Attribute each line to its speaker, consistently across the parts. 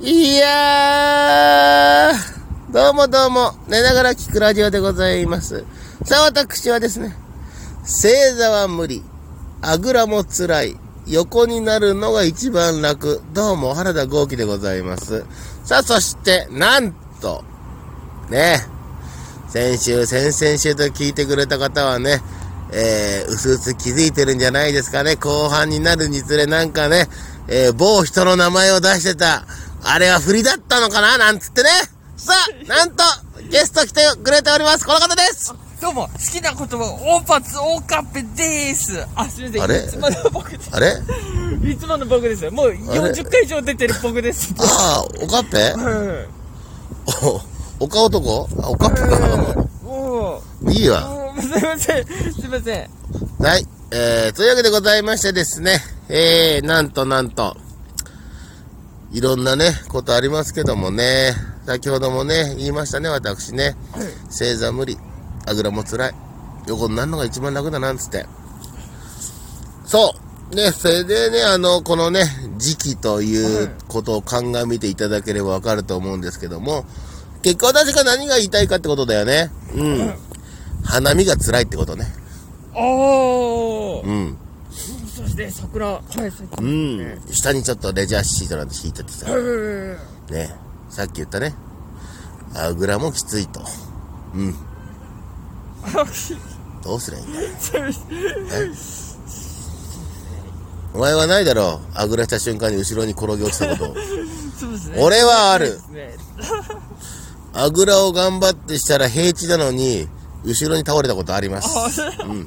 Speaker 1: いやー、どうもどうも、寝ながら聞くラジオでございます。さあ、私はですね、正座は無理、あぐらも辛い、横になるのが一番楽、どうも原田豪輝でございます。さあ、そして、なんと、ね先週、先々週と聞いてくれた方はね、えー、うすうす気づいてるんじゃないですかね。後半になるにつれなんかね、えー、某人の名前を出してた、あれは振りだったのかななんつってね。さ あ、なんと、ゲスト来てくれております。この方です。
Speaker 2: どうも、好きな言葉、オーパツ、オーカッペでーす。あ、すみません。
Speaker 1: あれ
Speaker 2: いつもの僕で
Speaker 1: あれ
Speaker 2: す。いつもの僕です。もう40回以上出てる僕です。
Speaker 1: ああ、おかっぺ
Speaker 2: うん。
Speaker 1: お、おか男あ、おかっぺか。
Speaker 2: おー
Speaker 1: いいわ。
Speaker 2: おーすいません。すいません。
Speaker 1: はい。えー、というわけでございましてですね、えー、なんとなんと、いろんなね、ことありますけどもね、先ほどもね、言いましたね、私ね、正座無理、あぐらも辛い、横になるのが一番楽だなんつって。そう。ね、それでね、あの、このね、時期ということを鑑みていただければわかると思うんですけども、結果私が何が言いたいかってことだよね。うん。花見が辛いってことね。
Speaker 2: おー。
Speaker 1: うん。
Speaker 2: そして、桜。はい、さっき。
Speaker 1: うん、下にちょっとレジャーシートなんて敷いててさ、
Speaker 2: うん
Speaker 1: ね、さっき言ったね、あぐらもきついと。うん、
Speaker 2: あすい
Speaker 1: どうすりゃいいんだよ。
Speaker 2: ません
Speaker 1: お前はないだろう、あぐらした瞬間に後ろに転げ落ちたこ と。
Speaker 2: すいません。
Speaker 1: 俺はある。
Speaker 2: ね
Speaker 1: あぐらを頑張ってしたら平地なのに、後ろに倒れたことあります。
Speaker 2: あ、うん。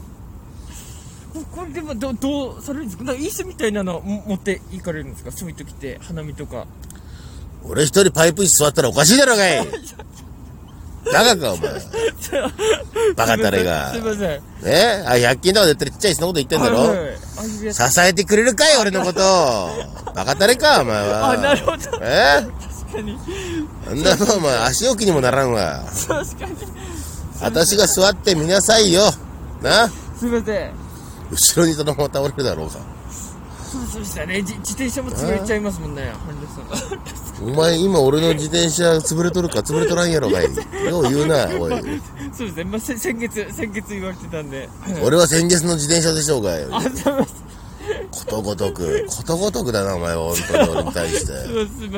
Speaker 2: これでもどうどうされるんですかなんか椅子みたいなのも持っていかれるんですかそういう時って花見とか
Speaker 1: 俺一人パイプ椅子座ったらおかしいだろうがいバカ か、お前。バカたれが
Speaker 2: すい。ません
Speaker 1: えあ、100均とかで売ってるちっちゃい椅子のこと言ってんだろ、
Speaker 2: はいはいあ指輪
Speaker 1: 支えてくれるかい俺のことをバカたれかお前は
Speaker 2: あなるほど
Speaker 1: え
Speaker 2: 確かに
Speaker 1: あんなもんお前足置きにもならんわ
Speaker 2: 確かに
Speaker 1: 私が座ってみなさいよな
Speaker 2: すいません
Speaker 1: 後ろにそのまま倒れるだろうが
Speaker 2: そうそうしたねじ自転車も潰れちゃいますもんね本田さん
Speaker 1: お前今俺の自転車潰れとるか潰れとらんやろがいよう言うなおい
Speaker 2: そうですね、まあ、せ先月先月言われてたんで
Speaker 1: 俺は先月の自転車でしょうがい
Speaker 2: あすいません
Speaker 1: ことごとくことごとくだなお前は本当に俺に対して
Speaker 2: すいません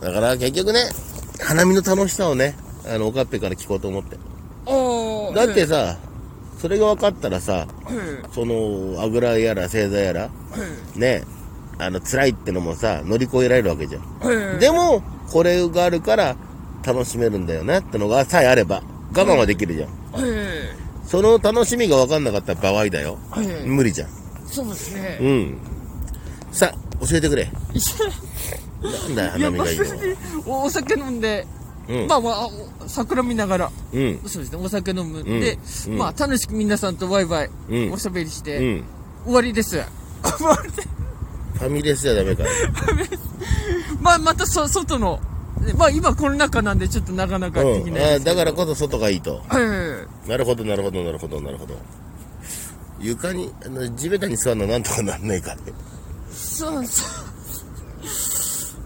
Speaker 1: だから結局ね花見の楽しさをねあのおかっぺから聞こうと思って
Speaker 2: おー
Speaker 1: だってさそれが分かったらさ
Speaker 2: うんうん
Speaker 1: そのあぐらやら正座やらねあの辛いってのもさ乗り越えられるわけじゃん、
Speaker 2: うん
Speaker 1: でもこれがあるから楽しめるんだよなってのがさえあれば我慢はできるじゃん、
Speaker 2: うん
Speaker 1: その楽しみが分かんなかった場合だよ、
Speaker 2: うん
Speaker 1: 無理じゃん
Speaker 2: そうですね
Speaker 1: うんさ教えてくれなんだよ
Speaker 2: い
Speaker 1: 花
Speaker 2: や
Speaker 1: 見
Speaker 2: まあ
Speaker 1: がいい
Speaker 2: そ
Speaker 1: の
Speaker 2: れ
Speaker 1: は
Speaker 2: でおお酒飲んで、
Speaker 1: うん
Speaker 2: まあまあお桜見ながら
Speaker 1: うん
Speaker 2: そうですねお酒飲むん
Speaker 1: ん
Speaker 2: で、
Speaker 1: うん
Speaker 2: まあ楽しく皆さんとワイワイ
Speaker 1: うん
Speaker 2: おしゃべりして、
Speaker 1: うん
Speaker 2: 終わり です。
Speaker 1: ファミレスじゃダ メか
Speaker 2: まあ、またそ外の、まあ今コロナ禍なんでちょっとなかなかで
Speaker 1: う
Speaker 2: き
Speaker 1: ん
Speaker 2: ない
Speaker 1: あ
Speaker 2: ですけ
Speaker 1: だ
Speaker 2: ど。
Speaker 1: からこそ外がいいと
Speaker 2: うん
Speaker 1: なるほどなるほどなるほどなるほど床にあの地べたに座るのなんとかなんねえかね
Speaker 2: そうそう。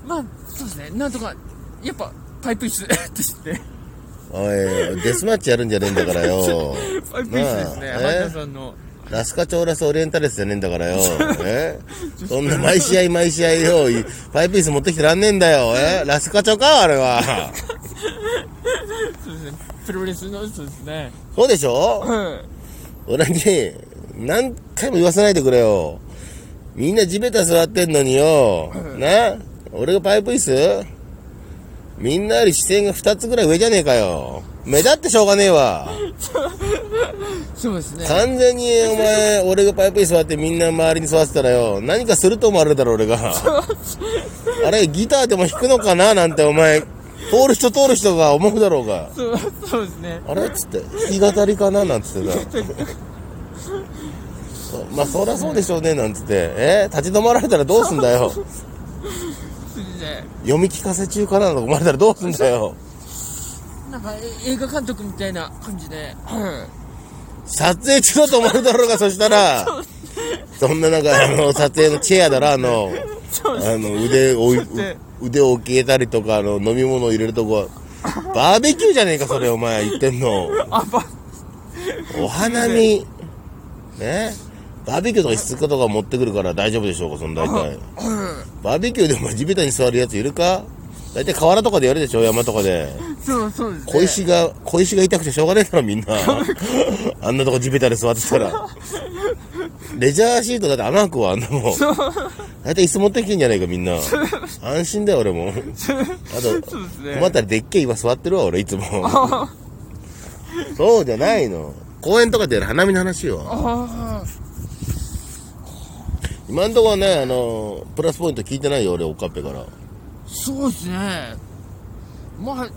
Speaker 2: まあ、そうですね。なんとか、やっぱパイプ椅子ですね。
Speaker 1: おい、デスマッチやるんじゃねえんだからよ。
Speaker 2: パイプ椅子ですね。
Speaker 1: まあ
Speaker 2: ハン
Speaker 1: え
Speaker 2: さんの。
Speaker 1: ラスカチョーラスオリエンタレスじゃねえんだからよ。えそんな毎試合毎試合よ、いパイプ椅子持ってきてらんねえんだよ。えラスカチョかあれは。
Speaker 2: そうですね。プロレスの、そうですね。
Speaker 1: そうでしょ
Speaker 2: うん。
Speaker 1: 俺に、何回も言わせないでくれよ。みんな地べた座ってんのによ。な俺がパイプ椅子みんなより視線が2つぐらい上じゃねえかよ。目立ってしょうがねえわ。
Speaker 2: そうですね。
Speaker 1: 完全にお前、俺がパイプに座ってみんな周りに座ってたらよ、何かすると思われるだろ、俺が。あれ、ギターでも弾くのかななんてお前、通る人通る人が思うだろうが。
Speaker 2: そうそうですね。
Speaker 1: あれっつって、弾き語りかななんつってさ。まあ、そりゃそうでしょうね、なんつって。え立ち止まられたらどうすんだよ。
Speaker 2: そうですね。読
Speaker 1: 読み聞かせ中かなとか思われたらどうすんだよ。
Speaker 2: なんかえ映画監督みたいな感じで。うん。
Speaker 1: 撮影中だと思われるだろうが、そしたら。そんな中、あの、撮影のチェアだら、あの、
Speaker 2: そ
Speaker 1: あ
Speaker 2: うです
Speaker 1: の、腕を、
Speaker 2: そうです
Speaker 1: う腕を消えたりとか、あの、飲み物を入れるとこ、バーベキューじゃねえか、それ、お前、言ってんの。
Speaker 2: あば
Speaker 1: お花見、ね、バーベキューとか室かとか持ってくるから大丈夫でしょうか、その大体。バーベキューでお前、地べたに座るやついるか大体河原とかでやるでしょ、山とかで。
Speaker 2: そうそうですね
Speaker 1: 小石が、小石が痛くてしょうがないから みんな。あんなとこ地べたで座ってたら。レジャーシートだって穴開くわ、あんなもん。
Speaker 2: そう
Speaker 1: 大体椅子持ってきてんじゃないか、みんな。安心だよ、俺 も。あと、
Speaker 2: そうです
Speaker 1: 困っ
Speaker 2: ね
Speaker 1: たらでっけえ岩座ってるわ、俺いつも。 そうじゃないの。公園とかでやる花見の話よ。
Speaker 2: あ
Speaker 1: 今んとこはね、あの、プラスポイント聞いてないよ、俺、おっかっぺから。
Speaker 2: あそうですねまあ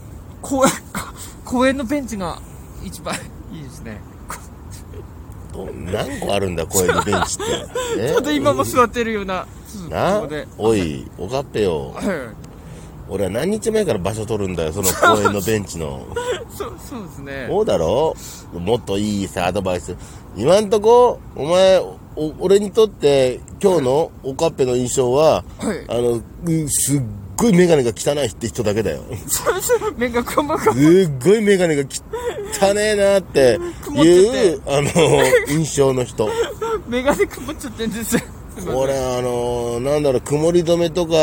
Speaker 2: 公園 公園のベンチが一番いいですね
Speaker 1: ど何個あるんだ、公園のベンチって。 ね
Speaker 2: ちょっと今も座ってるような
Speaker 1: な
Speaker 2: ここで
Speaker 1: おい、おかっぺよ。
Speaker 2: はい
Speaker 1: 俺は何日前から場所取るんだよ、その公園のベンチ の。
Speaker 2: そうそうですね
Speaker 1: そうだろもっといいさ、アドバイス。今んとこ、お前、お俺にとって、今日のおかっぺの印象は、
Speaker 2: はい
Speaker 1: あの、うすっごいメガネが汚いって人だけだよ。
Speaker 2: そうそう面が こんばんは
Speaker 1: すっごいメガネが汚ねえなって
Speaker 2: 曇っ
Speaker 1: い
Speaker 2: て
Speaker 1: う、あの、印象の 人。
Speaker 2: メガネ曇っちゃってるんですよ
Speaker 1: 俺、あの、なんだろう、曇り止めとか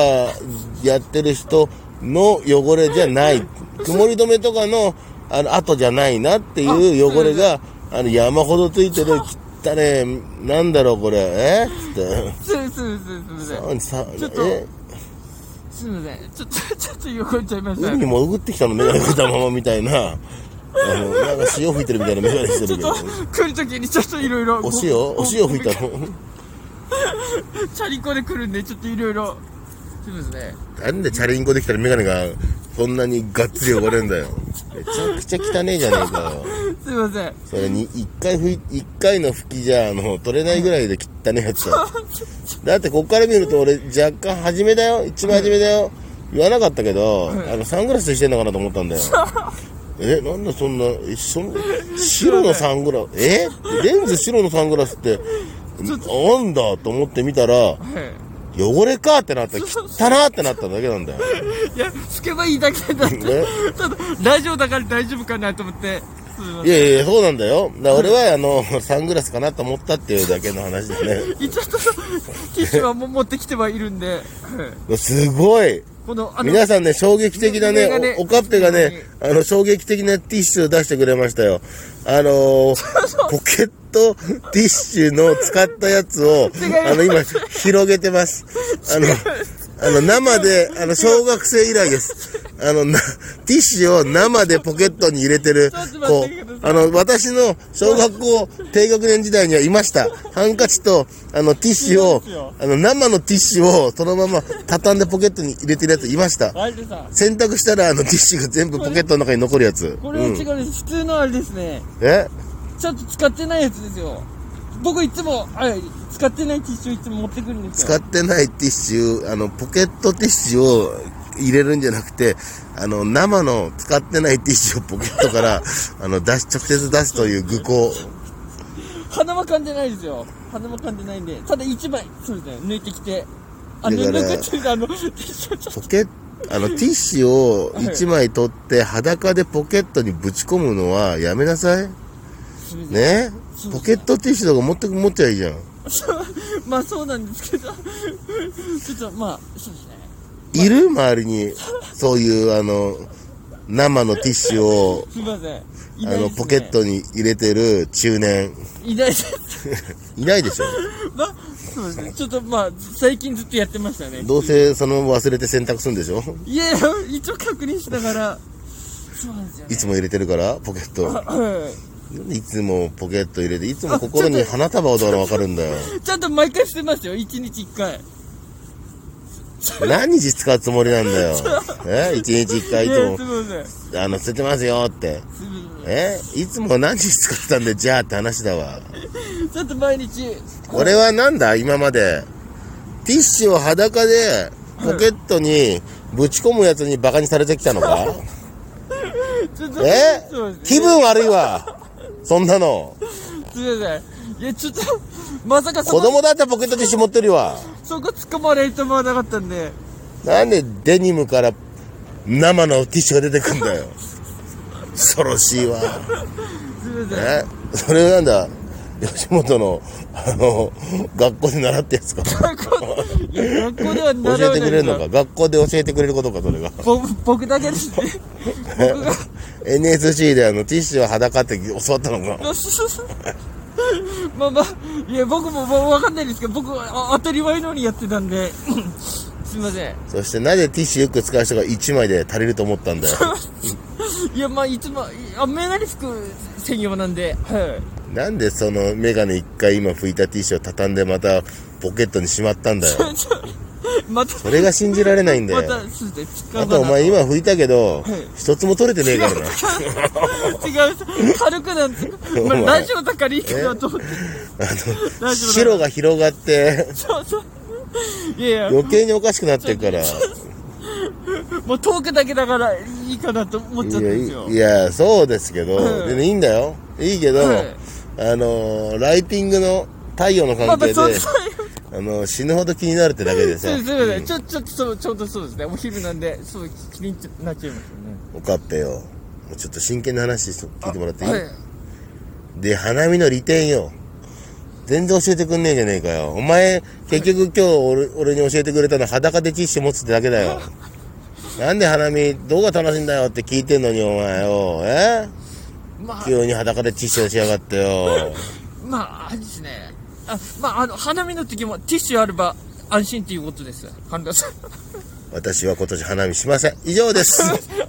Speaker 1: やってる人の汚れじゃない。曇り止めとかの、あの、後じゃないなっていう汚れが、あの、山ほどついてる、汚ねえ、なんだろう、これ、えっ
Speaker 2: そうそうそうそうそう
Speaker 1: て。さ
Speaker 2: ちょっと
Speaker 1: え
Speaker 2: すみません。ちょっと、ちょっと横行っちゃいました。
Speaker 1: 海に潜ってきたの、メガネたままみたいな。あの、なんか潮吹いてるみたいなメガネしてるけ
Speaker 2: ちょ
Speaker 1: ど
Speaker 2: っ。と、来るときにちょっといろいろ。
Speaker 1: お塩お塩吹いたの
Speaker 2: チャリンコで来るんで、ちょっといろいろ。すみませんね。
Speaker 1: なんでチャリンコできたらメガネがそんなにがっつり汚れんだよ。めちゃくちゃ汚ねえじゃねえかよ。
Speaker 2: すみません。
Speaker 1: それに、一回ふい、一回の拭きじゃ、あの、取れないぐらいで汚ねえやつだ。だってこっから見ると俺若干初めだよ。一番初めだよ。言わなかったけど、あの、サングラスしてんのかなと思ったんだよ。え、なんだそんな、え、その、白のサングラス、えレンズ白のサングラスって、なんだと思ってみたら、
Speaker 2: は
Speaker 1: 汚れかってなった汚なってなっただけなんだよ。
Speaker 2: い。いや、つけばいいだけだって。
Speaker 1: ね
Speaker 2: ただ、ラジオだから大丈夫かなと思って。すみま
Speaker 1: い
Speaker 2: せん。
Speaker 1: やいや、そうなんだよ。だから俺は、あの、サングラスかなと思ったっていうだけの話だね。
Speaker 2: 一応、ちょっと、ティッシュはもう持ってきてはいるんで。はい
Speaker 1: すごい
Speaker 2: この、あの、
Speaker 1: 皆さんね、衝撃的な
Speaker 2: メガ
Speaker 1: ね
Speaker 2: ネ、
Speaker 1: おおかっぺがね、あの、衝撃的なティッシュを出してくれましたよ。あのーポケットティッシュの使ったやつを、あの、今、広げてます。あの、あの、生で、あの、小学生以来です。あの、な、ティッシュを生でポケットに入れてる
Speaker 2: ちょっと、待
Speaker 1: こ
Speaker 2: ってくだ
Speaker 1: う、
Speaker 2: さ
Speaker 1: あの、私の小学校低学年時代にはいました。ハンカチと、あの、ティッシュ
Speaker 2: いますよ
Speaker 1: を、あの、生のティッシュを、そのまま畳んでポケットに入れてるやついました。
Speaker 2: あれでさ、
Speaker 1: 洗濯したら、あの、ティッシュが全部ポケットの中に残るやつ。
Speaker 2: これは違
Speaker 1: うん、
Speaker 2: うです。普通のあれですね。
Speaker 1: え
Speaker 2: ちょっと使ってないやつですよ。僕いつも、はい、使ってないティッシュいつも持ってくるんですよ。
Speaker 1: 使ってないティッシュ、あの、ポケットティッシュを入れるんじゃなくて、あの、生の使ってないティッシュをポケットから、 あの、出し、直接出すという愚行。
Speaker 2: 鼻は噛んでないですよ。鼻は噛んでないんで。ただ一枚、そうですね、抜いてきて。あ、
Speaker 1: だ
Speaker 2: ぬ
Speaker 1: から
Speaker 2: 抜くっていうか、あの、ティッシュちょっ
Speaker 1: ポケあの、ティッシュを1枚取って裸でポケットにぶち込むのはやめなさい。
Speaker 2: と見て。
Speaker 1: ね
Speaker 2: そう
Speaker 1: ポケットティッシュとか持ってく、持っちゃいいじゃん。
Speaker 2: そうまあそうなんですけど、ちょっとまあ、そうですね。
Speaker 1: いる周りに、そういう、あの、生のティッシュを、
Speaker 2: すいません。い
Speaker 1: あ
Speaker 2: ない
Speaker 1: の、
Speaker 2: です、ね。
Speaker 1: ポケッ。トに入れてる中年。
Speaker 2: いないです。
Speaker 1: いないでしょ。
Speaker 2: まあ、そうですね。ちょっとまあ、最近ずっとやってましたね。
Speaker 1: どうせそのまま忘れて洗濯するんでしょ
Speaker 2: いや、一応確認しながら。そうなんですよね。
Speaker 1: いつも入れてるから、ポケット。
Speaker 2: はい。
Speaker 1: いつもポケット入れて、いつも心に花束をだからわかるんだよ。
Speaker 2: ちゃんと毎回してますよ。一日一回。
Speaker 1: 何日使うつもりなんだよ。え一日一回い
Speaker 2: やす
Speaker 1: つ
Speaker 2: みません。
Speaker 1: も、あの、捨ててますよって。
Speaker 2: すみま
Speaker 1: えいつも何日使ってたんで、じゃあって話だわ。
Speaker 2: せん。ちょっと毎日。
Speaker 1: 俺はなんだ今まで。ティッシュを裸で、ポケットにぶち込むやつにバカにされてきたの か
Speaker 2: ちょっと
Speaker 1: え
Speaker 2: そうです
Speaker 1: 気分悪いわ。そんなの。
Speaker 2: すみません。いや、ちょっと、まさかそ
Speaker 1: 子
Speaker 2: こ
Speaker 1: 供だってポケットティッシュ持ってるわ。
Speaker 2: そこ突っ込まれると思わなかったんで
Speaker 1: なんでデニムから生のティッシュが出てくんだよ。恐ろしいわ。
Speaker 2: すみ ません
Speaker 1: えそれなんだ、吉本の、あの、学校で習ったやつか。
Speaker 2: 学校いや学校では習
Speaker 1: 教え
Speaker 2: わない
Speaker 1: てくれるのか。学校で教えてくれることか、それが。
Speaker 2: ぼ僕だけですね 僕が
Speaker 1: NSC であの、ティッシュは裸って教わったのか。
Speaker 2: まあまあいや僕もわわかんないですけど僕あ当たり前のようにやってたんで すみません
Speaker 1: そしてなぜティッシュよく使う人が1枚で足りると思ったんだよ。
Speaker 2: いやまあいつもあメガネ服専用なんではい
Speaker 1: なんでそのメガネ一回今拭いたティッシュを畳んでまたポケットにしまったんだよ。
Speaker 2: また
Speaker 1: それが信じられないんだ
Speaker 2: ま
Speaker 1: よ。
Speaker 2: たすみません使
Speaker 1: あ
Speaker 2: うかな
Speaker 1: とお前今拭いたけど
Speaker 2: い、
Speaker 1: 一つも取れてねえからな。
Speaker 2: 違う軽くなんて、ま あ、
Speaker 1: お前
Speaker 2: ラジオだからいいかなと思って
Speaker 1: あの、
Speaker 2: 大丈夫
Speaker 1: 白が広が って、
Speaker 2: そうそういやいや
Speaker 1: 余計におかしくなってるから。い
Speaker 2: もうトークだけだからいいかなと思っちゃったん
Speaker 1: や
Speaker 2: ですよ
Speaker 1: いいや、そうですけど、
Speaker 2: はい
Speaker 1: でもいいんだよ。いいけど、
Speaker 2: はい
Speaker 1: あの、ライティングの太陽の
Speaker 2: ま
Speaker 1: 関
Speaker 2: あまあ
Speaker 1: 係で
Speaker 2: そう、そう
Speaker 1: あの、死ぬほど気になるってだけで さ
Speaker 2: そう、ですね、ちょちょっとそうちょうどそうですねお昼なんでそう気になっちゃいますよね
Speaker 1: おかっぺよ。もうちょっと真剣な話し聞いてもらっていい
Speaker 2: はい
Speaker 1: で、花見の利点よ。全然教えてくんねえじゃねえかよ。お前、結局今日俺俺に教えてくれたのは裸でティッシュ持つってだけだよ。なんで花見、どうが楽しいんだよって聞いてんのに、お前よ。え
Speaker 2: まあ
Speaker 1: 急に裸でティッシュをしやがってよ。
Speaker 2: まああれですねあまああの花見の時もティッシュあれば安心っていうことです神田さん
Speaker 1: 私は今年花見しません。以上です。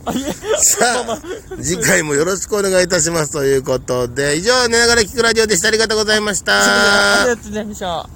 Speaker 2: あいや
Speaker 1: さあ、次回もよろしくお願いいたしますということで、以上、寝ながら聞くラジオでした。ありがとうございました。
Speaker 2: ありがとうございました